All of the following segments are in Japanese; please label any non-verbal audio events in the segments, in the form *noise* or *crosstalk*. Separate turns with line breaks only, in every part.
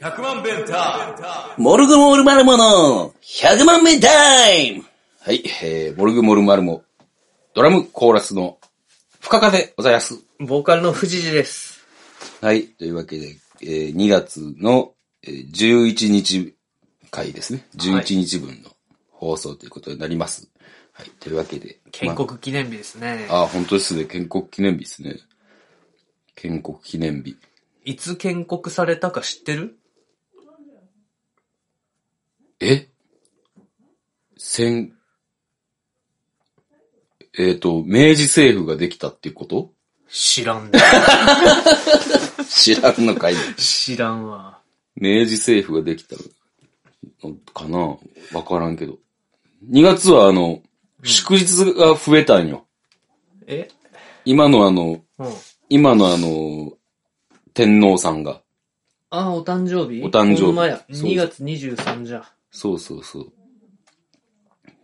100万弁タ
モルグモルマルモの100万目タイム
はい、えー、モルグモルマルモ、ドラムコーラスの深風でございます。
ボーカルの藤次です。
はい、というわけで、えー、2月のえー11日回ですね。11日分の放送ということになります。はい、というわけで。
建国記念日ですね。
まあ、あー、本当ですね。建国記念日ですね。建国記念日。
いつ建国されたか知ってる
え戦、えっ、と、明治政府ができたっていうこと
知らんね。
知らんのかい。
知らんわ。
明治政府ができたのかなわからんけど。2月はあの、祝日が増えたんよ。
え
今のあの、
うん。
今のあの、天皇さんが。
あ、お誕生日
お誕生日
ほんまや。
そう
2月23じゃ。
そうそうそう。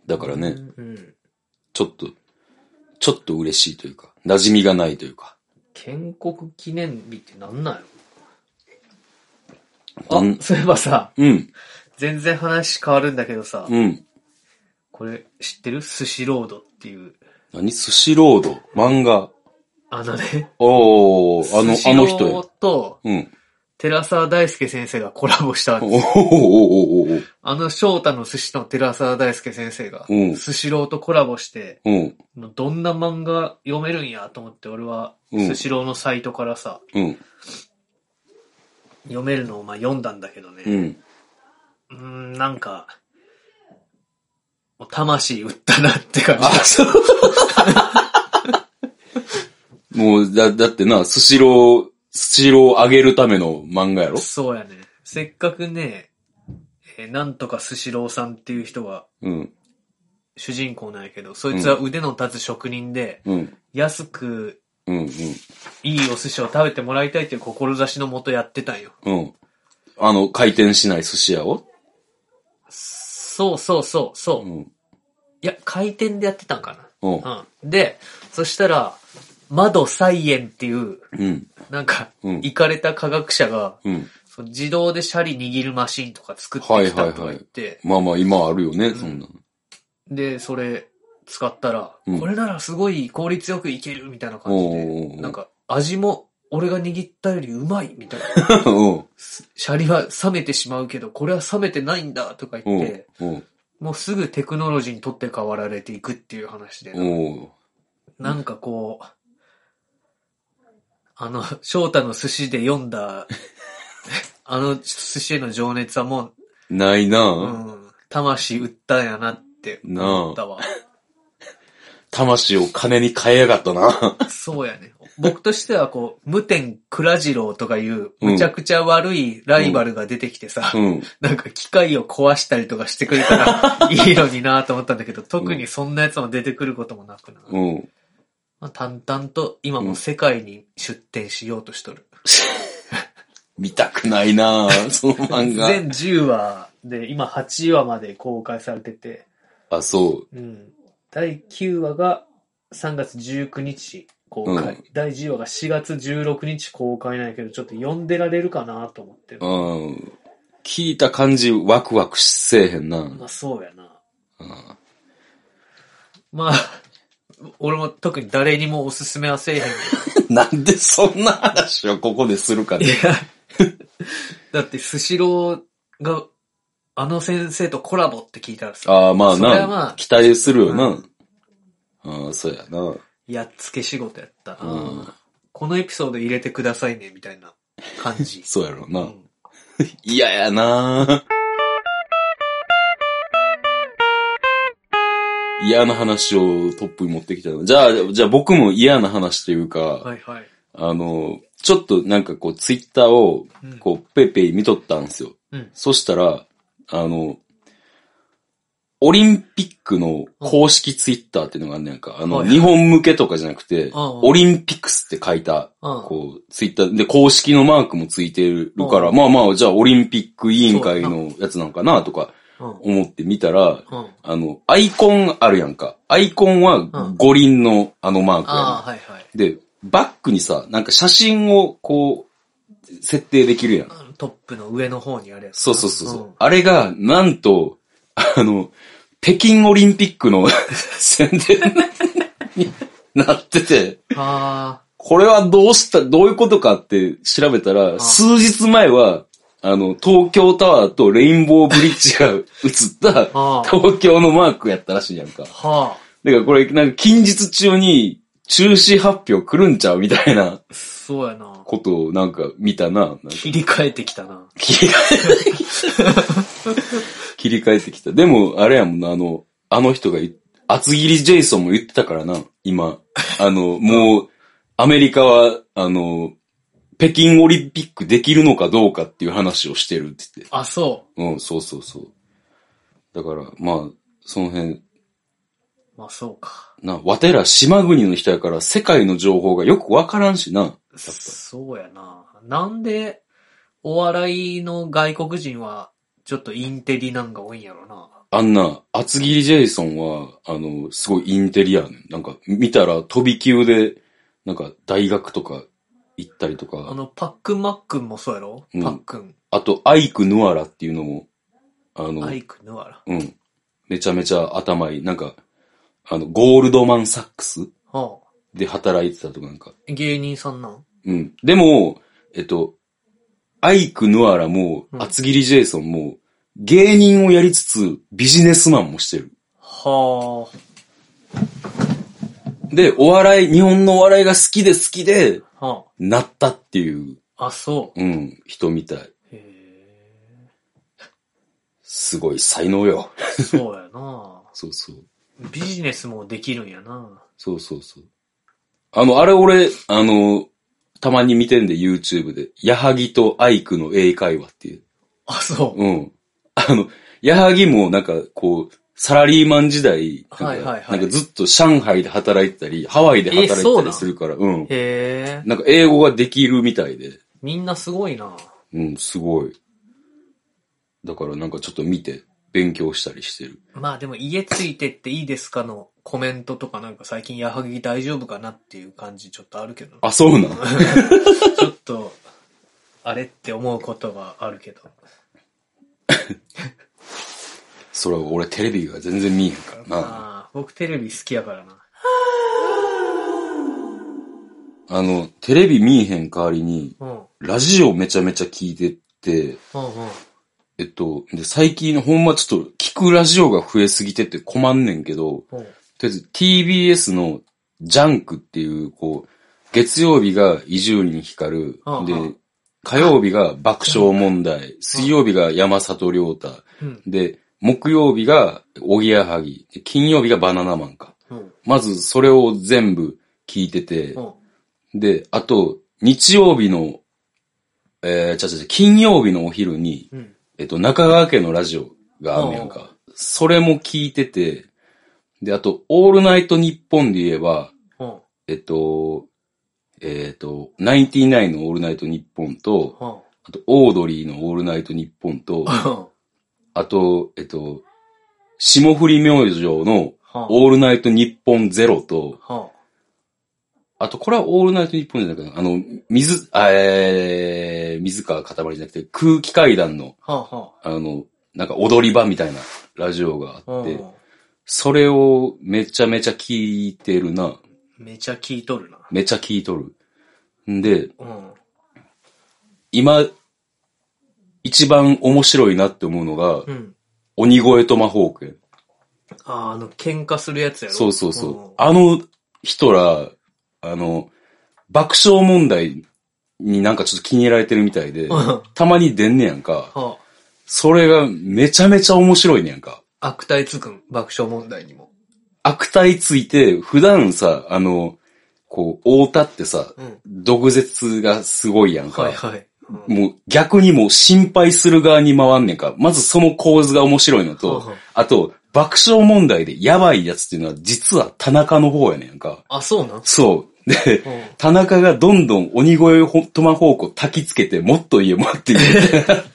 だからね、
うん。
ちょっと、ちょっと嬉しいというか、馴染みがないというか。
建国記念日ってなんなんやろ
うん
あ、そういえばさ、
うん、
全然話変わるんだけどさ、
うん。
これ知ってるスシロードっていう。
何寿司ロード漫画。
あのね、
おー、あの、あの人や
スシロ。ーと、
うん。
寺沢大輔先生がコラボしたん
お
です。
ーおーおーおー
あの翔太の寿司の寺沢大輔先生が
うん、
スシローとコラボして、
うん、
どんな漫画読めるんやと思って、俺は、
うん
スシローのサイトからさ、
うん、
読めるのをまあ読んだんだけどね。
うん。
うーん、なんか、もう魂売ったなって感じ。
あ、そう。もう、だ、だってな、スシロー、スシロー上げるための漫画やろ
そうやね。せっかくね、えーなんとかスシローさんっていう人が
うん、
主人公なんやけど、そいつは腕の立つ職人で、
うん、
安く
うん、うん、
いいお寿司を食べてもらいたいっていう志のもとやってたんよ。
うん。あの、回転しない寿司屋を
そうそうそう、そうう。い
ん、
や、回転でやってたんか
うん、
な。うん。で、そしたら、窓菜園っていう、
うん、
なんか、
うん
行かれた科学者が、
うん。
その自動でシャリ握るマシンとか作ってきたとか言って、
まあまあ、今あるよね、そんなの。
で、それ使ったら、
うん
これならすごい効率よくいけるみたいな感じ
おうおうお
で、
う *laughs*
なんか味も俺が握ったよりうまいみたい
*laughs*
な。
うん、
シャリは冷めてしまうけど、これは冷めてないんだとか
う
言っ
ん
て、、
うん、
もうすぐテクノロジーに取って代わられていくっていう話で、
うん。
なんかこう、あの、翔太の寿司で読
*laughs*
んだ、あの寿司への情熱はもう
ないなぁ。
うん魂売ったんやなって思ったわ。
魂を金に変えやがったな。
そうやね。僕としてはこう、無天倉次郎とかいう、むちゃくちゃ悪いライバルが出てきてさ、
うん。
なんか機械を壊したりとかしてくれた
*laughs*
らいいのになと思ったんだけど、特にそんな奴も出てくることもなくな。
うん。
まあ、淡々と今も世界に出展しようとしとる。
見たくないな *laughs* ぁ、その漫画。
全10話で、今8話まで公開されてて、
あ、そう。
うん。第9話が3月19日公開。
うん
第10話が4月16日公開なんやけど、ちょっと読んでられるかなと思ってる。
うん。聞いた感じ、ワクワクせえへんな。
まあそうやな。
うん
まあ、俺も特に誰にもおすすめはせえへんけ
なんでそんな話をここでするか
ど。い *laughs*
ね。
や、だってスシローがあの先生とコラボって聞いたらさ、
ああ、まあ
それは
な、
まあ
期待するよな。
う
ああ、そうやな。うん。
やっつけ仕事やったな。このエピソード入れてくださいね、みたいな感
*laughs*
じ。
そうやろ
う
な。
ん
嫌やな。嫌な話をトップに持ってきたの。じゃあ、じゃあ僕も嫌な話というか、
はいはい。
あの、ちょっとなんかこう、ツイッターを
うん、
こう、ペイペイ見とったんですよ。
うん。
そしたら、あの、オリンピックの公式ツイッターっていうのがあんねやんか。あ
は
の、
いはい
日本向けとかじゃなくて、
ん
オリンピクスって書いた、
うん
こう、ツイッターで公式のマークもついてるから、
うん
まあまあ、じゃあオリンピック委員会のやつなんかなとか
うん。
思ってみたら、
うん。
あの、アイコンあるやんか。アイコンは五輪のあのマークやねん
ああ、はいはい。
で、バックにさ、なんか写真をこう、設定できるやん。
トップの上の方にあれやつ
そうそうそうそう。あれが、なんと、あの、北京オリンピックの宣伝になってて、
うんあ
これはどうした、どういうことかって調べたら、数日前は、あの、東京タワーとレインボーブリッジが映った
あ
東京のマークやったらしいやんか。
ー、は
だからこれ、なんか近日中に中止発表来るんちゃうみたいな
あ、そうやな。
ことをなんか見たな。なんか
切り替えてきたな。
切り替えてきた。切り替えてきた。でも、あれやもんな、あの、あの人が言っ、厚切りジェイソンも言ってたからな、今。あの、もう、アメリカは、あの、北京オリンピックできるのかどうかっていう話をしてるって言って。
あ、そ
うん、そうそうそう。だから、まあ、その辺、
う。まあ、そうか。
な、わてら島国の人やから世界の情報がよくわからんしな。
そうやな。なんで、お笑いの外国人は、ちょっとインテリなんか多いんやろな。
あんな、厚切りジェイソンは、あの、すごいインテリアねん。なんか、見たら飛び級で、なんか、大学とか行ったりと
あ
か、
の、パックンマックンもそうやろ、
うん
パックン、
あと、アイク・ヌアラっていうのも、あの、
アイク、ヌアラ。
うん。めちゃめちゃ頭いい。なんか、あの、ゴールドマン・サックス
は
で働いてたとかなんか。
あ、芸人さんなん
うん。でも、えっと、アイク・ヌアラも、
うん
厚切りジェイソンも、芸人をやりつつ、ビジネスマンもしてる。
は
で、お笑い、日本のお笑いが好きで好きで、
あ、は
なったっていう、
あ、あ、そ
うん、人みたい。
う。へ
すごい才能よ。
え、そうやな。
そうそう。
ビジネスもできるんやな。
そうそうそう。あの、あれ俺、あの、たまに見てんで YouTube で、矢作とアイクの英会話っていう。
あ、そう。
うん。あの、矢作もなんかこう、サラリーマン時代、なんか,、
はいはいはい
なんかずっと上海で働いてたり、ハワイで働
え
い
そ
て
う
た
なん
りするから、うん。
へえ、
なんか英語ができるみたいで。
みんなすごいな。
うん、すごい。だからなんかちょっと見て、勉強したりしてる。
まあでも家ついてっていいですかのコメントとかなんか最近矢作大丈夫かなっていう感じちょっとあるけど、
あ、そうなん。
ちょっと、あれって思うことがあるけど。
それは俺テレビが全然見えへんからな。
ああ、僕テレビ好きやからな。
あの、テレビ見えへん代わりに、
うん、うん、
ラジオめちゃめちゃ聞いてって、
うん。
えっと、で、最近ほんまちょっと聞くラジオが増えすぎてて困んねんけど、
うん
とりあえず TBS のジャンクっていう、こう、月曜日が伊集院光る
うん、うん
で、火曜日が爆笑問題、水曜日が山里亮太、
うん、
で、木曜日が、おぎやはぎ。で金曜日がバナナマンか。
うん、
まず、それを全部聞いてて
う、ん。
で、あと、日曜日の、えー、ちゃちゃちゃ、金曜日のお昼に、
うん。
えっと、中川家のラジオがあんねやんか。それも聞いてて、で、あと、オールナイトニッポンで言えば、
うん。
えっと、えっと、ナインティナインのオールナイトニッポンと、
う
あと、オードリーのオールナイトニッポンと、
ん。
あと、えっと、霜降り明星の
は
オールナイト日本ゼロと、
あ。は
あとこれはオールナイト日本じゃなくて、あの、水、あえー、水川かたまりじゃなくて空気階段の、
あ。はあ。は
あの、なんか踊り場みたいなラジオが
あ。
あっ
う
て
ん、。
それをめちゃめちゃ聞いてるな。
めちゃ聞いとるな。
めちゃ聞いとる。んで、
うん。
今、一番面白いなって思うのが、
うん。
鬼越トマホークや。
ああ、あの、喧嘩するやつやろ。
そうそうそう。あの人ら、あの、爆笑問題になんかちょっと気に入られてるみたいで
うん。、 *laughs* は
たまに出んねやんか。
あ。
それがめちゃめちゃ面白いねやんか。
悪態つくん、爆笑問題にも。
悪態ついて、普段さ、あの、こう、太田ってさ、
うん。
毒舌がすごいやんか。
はいはい。うん
もう逆にもう心配する側に回んねんか。まずその構図が面白いのと、
は
あと、爆笑問題でやばいやつっていうのは実は田中の方やねんか。
あ、そうなん
そう。で、
うん
田中がどんどん鬼越トマホークを焚きつけて、もっと家もあって言ってな *laughs* っ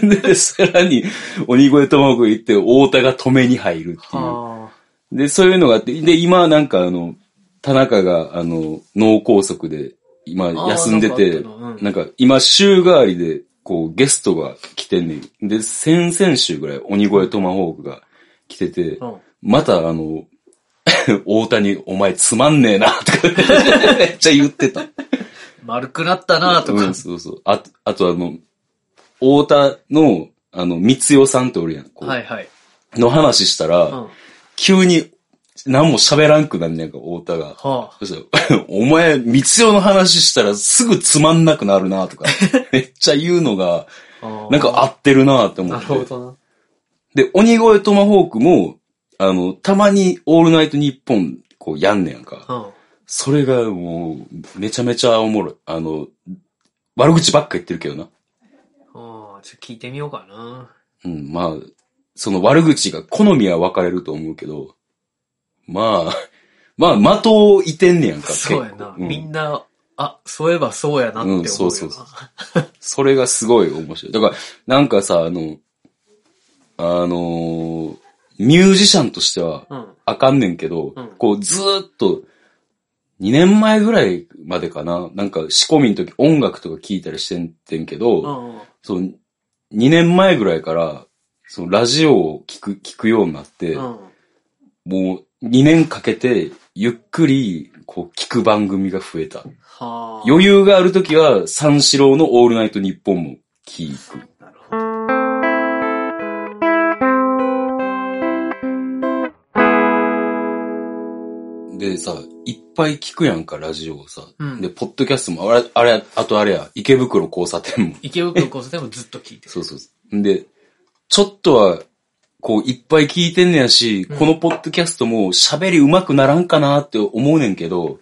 て、で、さらに鬼越トマホーク行って、太田が止めに入るっていう。
はあ。
で、そういうのがあって、で、今なんかあの、田中があの、脳梗塞で今休んでて、
あーなんかあったなうん
なんか今週替わりで、こうゲストが来てんねん。で、先々週ぐらい鬼越トマホークが来てて、
うん。
またあの、 *laughs* 大谷お前つまんねえな、とかってめっちゃ言ってた。
丸くなったなと
う
か
ん、。そうそう。あと、あとあの、大田の、あの、三代さんっておるやん。こう
はいはい。
の話したら、
うん。は
急に何も喋らんくなんねやんか、大田が。
あ。
そしたら *laughs* お前、三代の話したらすぐつまんなくなるな
*laughs*
とか、めっちゃ言うのが、なんか合
あ
ってるなって
ー、
思
な
っ
るほ
て。
どな。
で、鬼越トマホークも、あの、たまにオールナイトニッポン、こうやんねやんか。
うん。
それがもう、めちゃめちゃおもろい。あの、悪口ばっか言ってるけどな。
ああ、ちょっと聞いてみようかな。
うん、まあ、その悪口が、好みは分かれると思うけど、まあ、まあ、的をいてんねやんか、結構
そうやな。
うん
みんな、あ、そういえばそうやなって思うよ
うん
な。
そうそうそうそれがすごい面白い。だから、なんかさ、あの、あのーミュージシャンとしては、
うん。
あかんねんけど、
うん
こう、ずーっと、2年前ぐらいまでかな、なんか仕込みの時音楽とか聞いたりしてんてんけど、
うんうん。
その、2年前ぐらいから、そのラジオを聞く、聞くようになって、
うん。
もう2年かけて、ゆっくり、こう、聞く番組が増えた。
はあ。
余裕があるときは、三四郎のオールナイト日本も聞く。
なるほど。
でさ、いっぱい聞くやんか、ラジオをさ。
うん
で、ポッドキャストも、あれ、あれ、あとあれや、池袋交差点も。
池袋こそでもずっと聞いてる。
そうそうそう。んで、ちょっとは、こう、いっぱい聞いてんねやし、
うん
このポッドキャストも喋り上手くならんかなって思うねんけど、
うん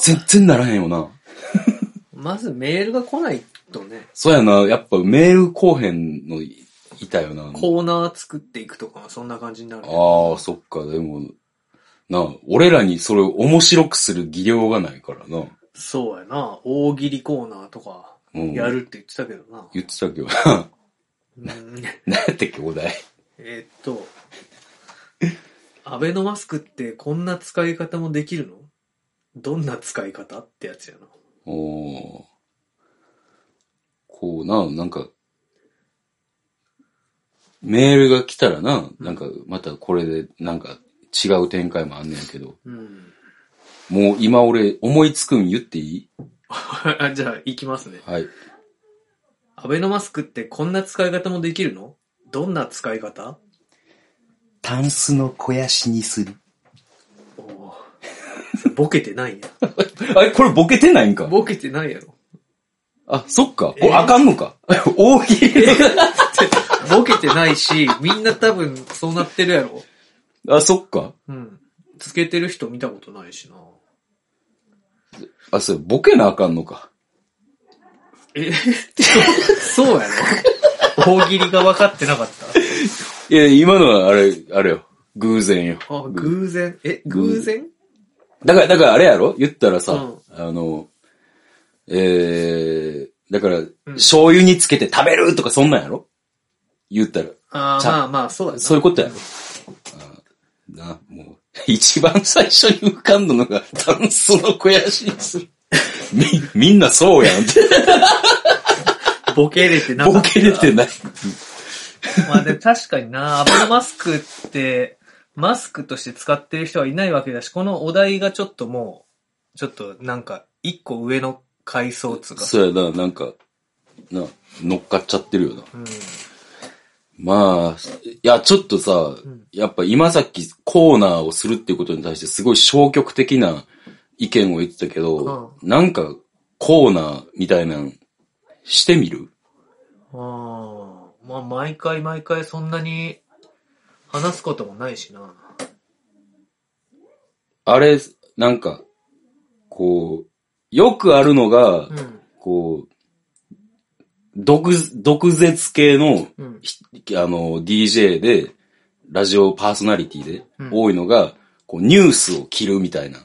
全然ならへんよな。
まずメールが来ないとね、
そうやな、やっぱメール後編のいたよな。
コーナー作っていくとかもそんな感じになるね。
ああ、そっか、でも、なあ、俺らにそれを面白くする技量がないからな。
そうやな。大喜利コーナーとか、
うん
やるって言ってたけどな。
言ってたけど *laughs* な。
うん *laughs*
何やったっけ、お題。
えーっと、アベノマスクってこんな使い方もできるのどんな使い方ってやつやな。
おーこうな、なんか、メールが来たらな、なんか、またこれで、なんか、違う展開もあんねんけど、
うん。 *laughs*
もう今俺、思いつくん言っていい
あじゃあ、行きますね。
はい。
アベノマスクってこんな使い方もできるのどんな使い方
タンスの肥やしにする。
おーそれボケてないや。
あれ、これボケてないんか
*laughs* ボケてないやろ。
あ、そっか。
え
お、あかんの
*laughs*
か。大喜利。
ボケてないし、みんな多分そうなってるやろ。
あ、そっか。
うん。つけてる人見たことないしな。
あ、それ、ボケなあかんのか。
え、 *laughs* そうやろ大喜利が分かってなかっ
いや、今のはあれ、あれよ。偶然よ。
た。あ、偶然。え、偶然
だから、だからあれやろ言ったらさ、
うん
あの、えー、だから、
ん
醤油につけて食べるとかそんなんやろ言ったら。
ああ、
ちゃん
まあまあ、そうやな。
そういうことやろあな、もう、一番最初に浮かんだのが、タンスの肥やしにする。み、みんなそう
*laughs*
やんって。
ボケれてなか
ボ
った。
ケれてない。
まあでも確かにな、アベノマスクって、マスクとして使ってる人はいないわけだし、このお題がちょっともう、ちょっとなんか、一個上の階層つうか。
そうやな、なんか、な、乗っかっちゃってるよな。
うん。
まあ、いや、ちょっとさ、
ん
やっぱ今さっきコーナーをするっていうことに対してすごい消極的な意見を言ってたけど、なんかコーナーみたいなんしてみる
ああ、まあ毎回毎回そんなに話すこともないしな。
あれ、なんか、こう、よくあるのが、
うん。
こう、毒、毒舌系の、
うん。
ひあの、DJ で、ラジオパーソナリティで
うん、
多いのが、こう、ニュースを切るみたいな。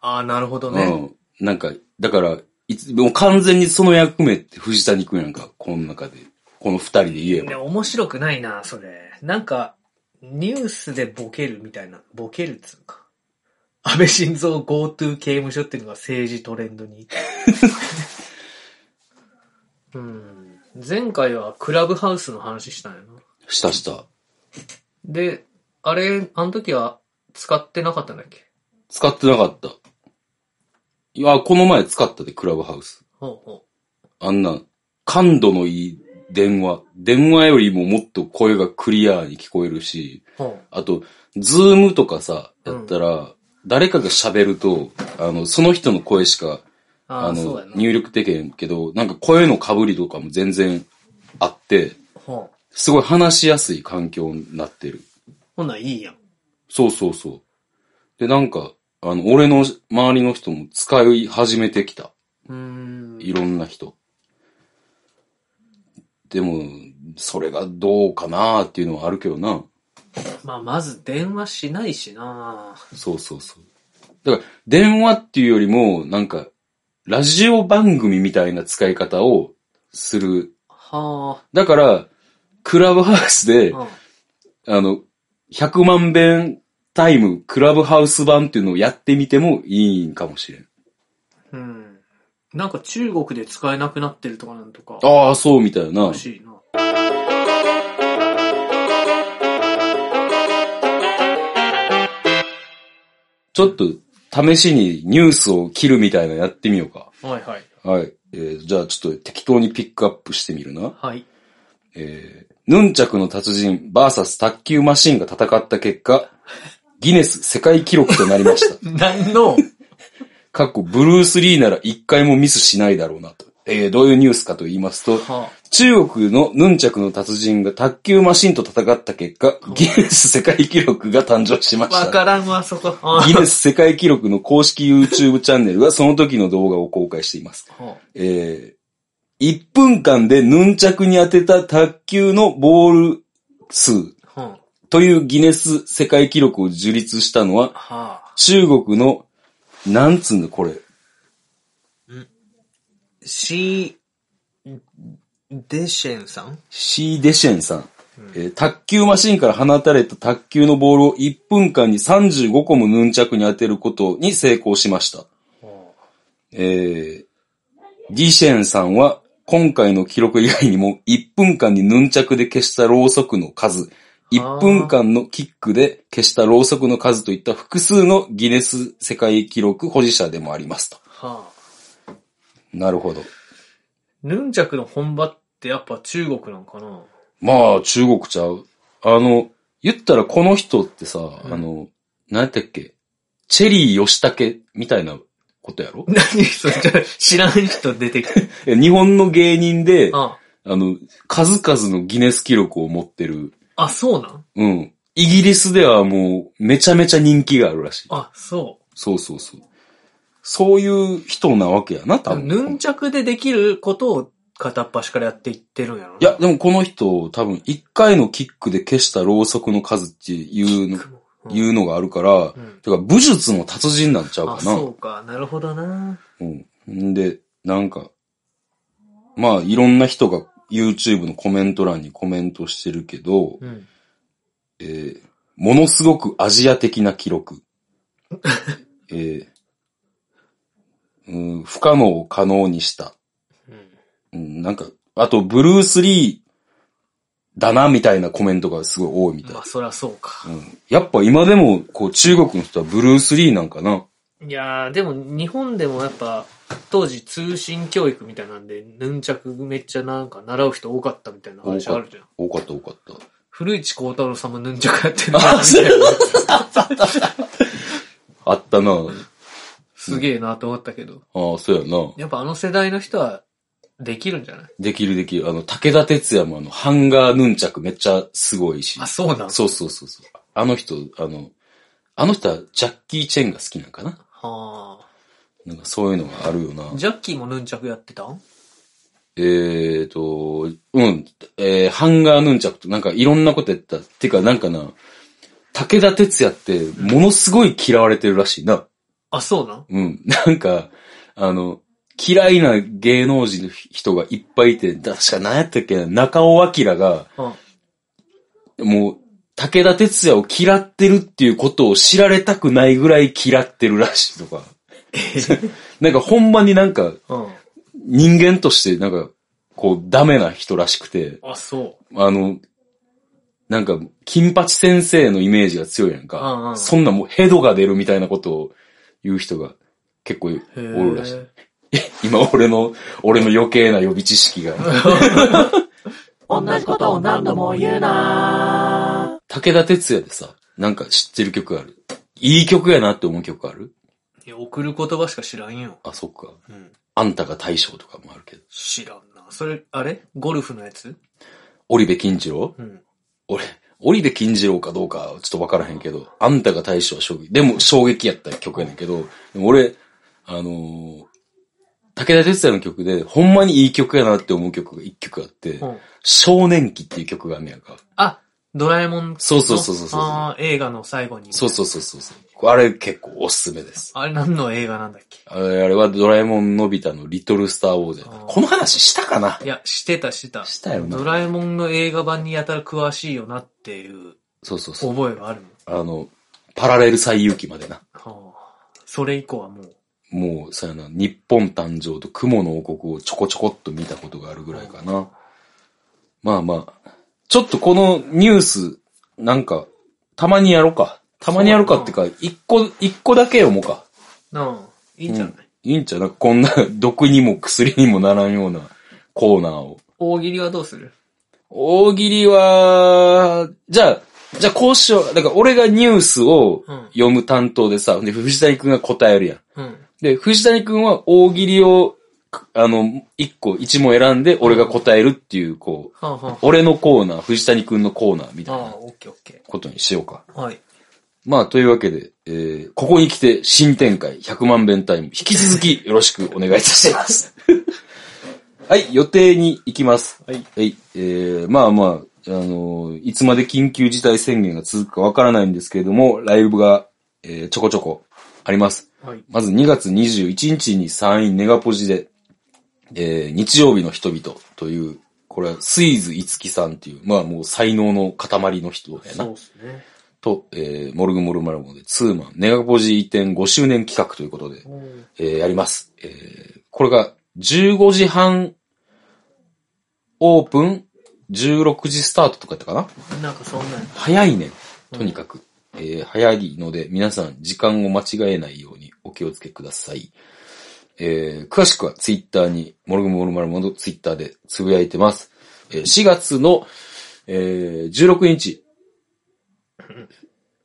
ああ、なるほどね。
うん。なんか、だから、いつ、もう完全にその役目って藤谷くんやんか、この中で。この二人で言え
ね、
ば。
面白くないな、それ。なんか、ニュースでボケるみたいな、ボケるっつうか。安倍晋三 GoTo 刑務所っていうのが政治トレンドに。うん。前回はクラブハウスの話したんやな。
したした。
で、あれ、あの時は使ってなかったんだっけ
使ってなかった。いや、この前使ったで、クラブハウス。
ほうほ
あんな、感度のいい電話。電話よりももっと声がクリアに聞こえるし、
う。ほ
あと、ズームとかさ、やったら、誰かが喋ると、あの、その人の声しか、
う。ああ、そう
の
や、な。
入力できへんけど、なんか声の被りとかも全然あって、
ほう。
すごい話しやすい環境になってる。
ほんなんいいやん。
そうそうそう。で、なんか、あの、俺の周りの人も使い始めてきた。
うーん。
いろんな人。でも、それがどうかなーっていうのはあるけどな。
まあ、まず電話しないしな
そうそうそう。だから、電話っていうよりも、なんか、ラジオ番組みたいな使い方をする。
は
だから、クラブハウス
あ。
で、
うん。
あの、100万遍タイムクラブハウス版っていうのをやってみてもいいんかもしれん。
うん。なんか中国で使えなくなってるとかなんとか。
ああ、そうみたいな
ら。しいな。
ちょっと、試しにニュースを切るみたいなのやってみようか。
はいはい。
はい。えーじゃあちょっと適当にピックアップしてみるな。
はい。
えーヌンチャクの達人 VS 卓球マシンが戦った結果、ギネス世界記録となりま
*laughs*
した。
何の
かっこブルース・リーなら一回もミスしないだろうなと。えーどういうニュースかと言いますと、
はあ。
中国のヌンチャクの達人が卓球マシンと戦った結果、ギネス世界記録が誕生しまし
わ
た。
からんわ、 *laughs* そこ。あ
ギネス世界記録の公式 YouTube チャンネルはその時の動画を公開しています。
あは
えー、1分間でヌンチャクに当てた卓球のボール数
あ。は
というギネス世界記録を樹立したのは
あ。はあ。
中国の、なんつうんだこれ、
し、でしェンさん
シー・デシェンさん。えー卓球マシンから放たれた卓球のボールを1分間に35個もヌンチャクに当てることに成功しました。えー、ディシェンさんは今回の記録以外にも1分間にヌンチャクで消したろうそくの数、1分間のキックで消したろうそくの数といった複数のギネス世界記録保持者でもありますと。
はあ。
なるほど。
ヌンチャクの本場ってやっぱ中国なんかな
まあ、中国ちゃう。あの、言ったらこの人ってさ、
ん
あの、何やったっけチェリー吉武みたいなことやろ
*laughs* 何それ、 *laughs* 知らん人出てきて。
え日本の芸人で、あ
あ
の、数々のギネス記録を持ってる。
あ、そうなん
うん。イギリスではもう、めちゃめちゃ人気があるらしい。
あ、そ
そうそうそう。そういう人なわけやな、多
う。
分。
ヌンチャクでできることを片っ端からやっていってるんやろない
や、でもこの人、多分、一回のキックで消したろうそくの数っていうの、
うん
いうのがあるから、
うん
てか武術の達人なんちゃうか
あ、
な。
そうか。なるほどな。
うん。んで、なんか、まあ、いろんな人が YouTube のコメント欄にコメントしてるけど、
うん。
えーものすごくアジア的な記録。
*laughs*
えーうん、不可能を可能にした。
う
う
ん。
ん、なんか、あと、ブルース・リーだな、みたいなコメントがすごい多いみたい
まあ、。そりゃそう
う
か。
ん、やっぱ今でも、こう、中国の人はブルース・リーなんかな。
いやー、でも日本でもやっぱ、当時通信教育みたいなんで、ヌンチャクめっちゃなんか習う人多かったみたいな話あるじゃん。
多かった、多かった。
古市光太郎さんもヌンチャクやってるなみ
*laughs* あそ
たいな。
あったな。
すげえなと思ったけど。
ああ、そうやな。
やっぱあの世代の人は、できるんじゃない
できるできる。あの、武田鉄矢もあの、ハンガーヌンチャクめっちゃすごいし。
あ、そうなん
そうそうそうそう。あの人、あの、あの人はジャッキー・チェンが好きなんかな
はあ。
なんかそういうのがあるよな。
ジャッキーもヌンチャクやってたん
えーと、うん、えー、ハンガーヌンチャクとなんかいろんなことやった。てかなんかな、武田鉄矢ってものすごい嫌われてるらしいな。
あ、そうなん
うん。 *laughs* なんか、あの、嫌いな芸能人の人がいっぱいいて、確か何やったっけな、中尾明が、
は
もう、武田鉄矢を嫌 *laughs* ってるっていうことを知られたくないぐらい嫌ってるらしいとか。なんかほんまになんか
うん。
人間としてなんかこうダメな人らしくて、
あ、そ
あの、なんか金八先生のイメージが強いやんか。
うんうん
そんなもうヘドが出るみたいなことを言う人が結構お
う。へ
るらしい。
え。
今俺の、俺の余計な予備知識が。
同じことを何度も言うな
武田鉄矢でさ、なんか知ってる曲ある。いい曲やなって思う曲ある
いや送る言葉しか知らんよ。
あ、そっか。
うん。
あんたが大将とかもあるけど。
知らんな。それ、あれゴルフのやつ
織部金次郎
うん。
俺、織部金次郎かどうかはちょっとわからへんけど、あんたが大将は衝撃。でも衝撃やった曲やねんけど、でも俺、あのー武田鉄矢の曲で、ほんまにいい曲やなって思う曲が一曲あって、
うん。
少年期っていう曲があんねやんか。
あ、ドラえもんの。
そうそうそうそうそう
あー映画の最後に。
そうそうそうそうそう。あれ結構おすすめです。
あれ何の映画なんだっけ
あれあれはドラえもんのび太のリトルスター王子やった
あー
この話したかない
や、してたしてた。
したよな
ドラえもんの映画版にやたら詳しいよなっていう
そうそうそう。
覚えがあるもん。
あの、パラレル最遊記までな。
はあ、それ以降はもう。
もう、そうやな、日本誕生と雲の王国をちょこちょこっと見たことがあるぐらいかな。まあまあ、ちょっとこのニュース、なんか、たまにやろうか。たまにやろうかってか、一個、一個だけ読もうか。
なあ、いいんじゃない、
うんいいんちゃうなんかこんな毒にも薬にもならんようなコーナーを。
大喜利はどうする
大喜利は、じゃあ、じゃあこうしよう。だから俺がニュースを読む担当でさ、で藤谷くんが答えるやん。
うん。
で、藤谷くんは大喜利を、あの、一個、一問選んで、俺が答えるっていう、こう、
はあ、は
俺のコーナー、藤谷くんのコーナーみ
あ、
たい
ああ、
な
オッケーオッケ
ことにしようか。
ー。はい。
まあ、というわけで、えー、ここに来て新展開、100万弁タイム、引き続きよろしくお願いいたし
*laughs*
ます。はい、予定に行きます。
はい。
はい、えー、まあまあ、あのーいつまで緊急事態宣言が続くかわからないんですけれども、ライブが、えー、ちょこちょこあります。
はい。
まず2月21日に参院ネガポジで、えー日曜日の人々という、これはスイズ・イツキさんっていう、まあもう才能の塊の人や
そう
な。
ですね。
と、えーモルグモルマルモでツーマン、ネガポジ移転5周年企画ということで、
うん
えーやります。えーこれが15時半オープン、16時スタートとかやったかな
なんかそんなん。
早いねん。とにかく。えー早いので、皆さん、時間を間違えないようにお気をつけください。えー詳しくはツイッターに、モルグモルマルモのツイッターでつぶやいてます。えー4月の、えー16日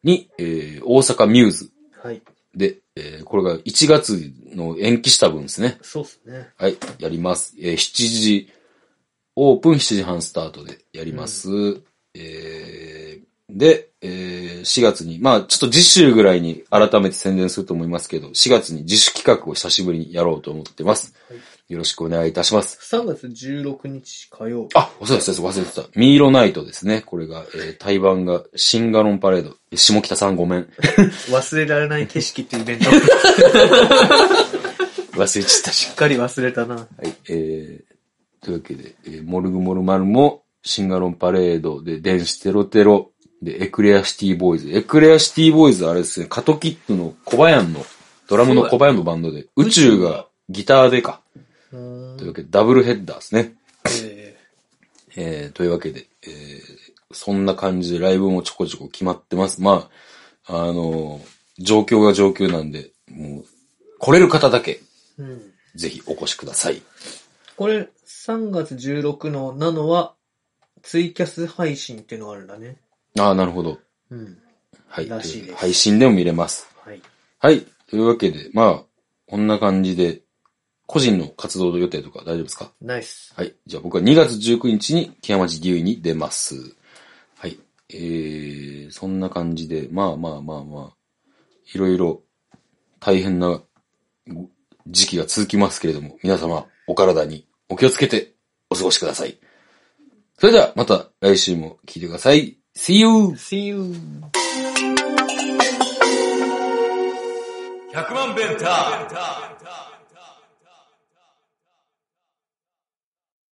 に、えー大阪ミューズ
はい。
で、えーこれが1月の延期した分ですね。
そうですね。
はい、やります。えー7時、オープン7時半スタートでやります。えーで、えー4月に、まあちょっと次週ぐらいに改めて宣伝すると思いますけど、4月に自主企画を久しぶりにやろうと思ってます。
はい
よろしくお願いいたします。
3月16日火曜日。
あ、そうです、そうです忘れてた。ミイロナイトですね。これが、えー、対バンがシンガロンパレード。え下北さんごめん。
忘れられない景色っていうイベント。 *laughs*
忘れちゃったし。
しっかり忘れたな。
はい、えー、というわけで、えーモルグモルマルも、シンガロンパレードで、電子テロテロ、で、エクレアシティボーイズ。エクレアシティボーイズはあれですね、カトキッドの小バヤンの、ドラムの小バヤンのバンドで、宇宙がギターでか。
うーん
というわけで、ダブルヘッダーですね。
え
えー、というわけで、えー、そんな感じでライブもちょこちょこ決まってます。まあ、あのー状況が状況なんで、もう、来れる方だけ、
ーうん。
ぜひお越しください。
これ、3月16のなのは、ツイキャス配信っていうのがあるんだね。
ああ、なるほど。
うん。
はい。
らしいです
配信でも見れます。
はい。
はい。というわけで、まあ、こんな感じで、個人の活動予定とか大丈夫ですか
ナイス。
はい。じゃあ僕は2月19日に木屋町牛に出ます。はい。えー、そんな感じで、まあまあまあまあ、いろいろ大変なご時期が続きますけれども、皆様、お体にお気をつけてお過ごしください。それでは、また来週も聞いてください。See you!
See you!
100万ベンター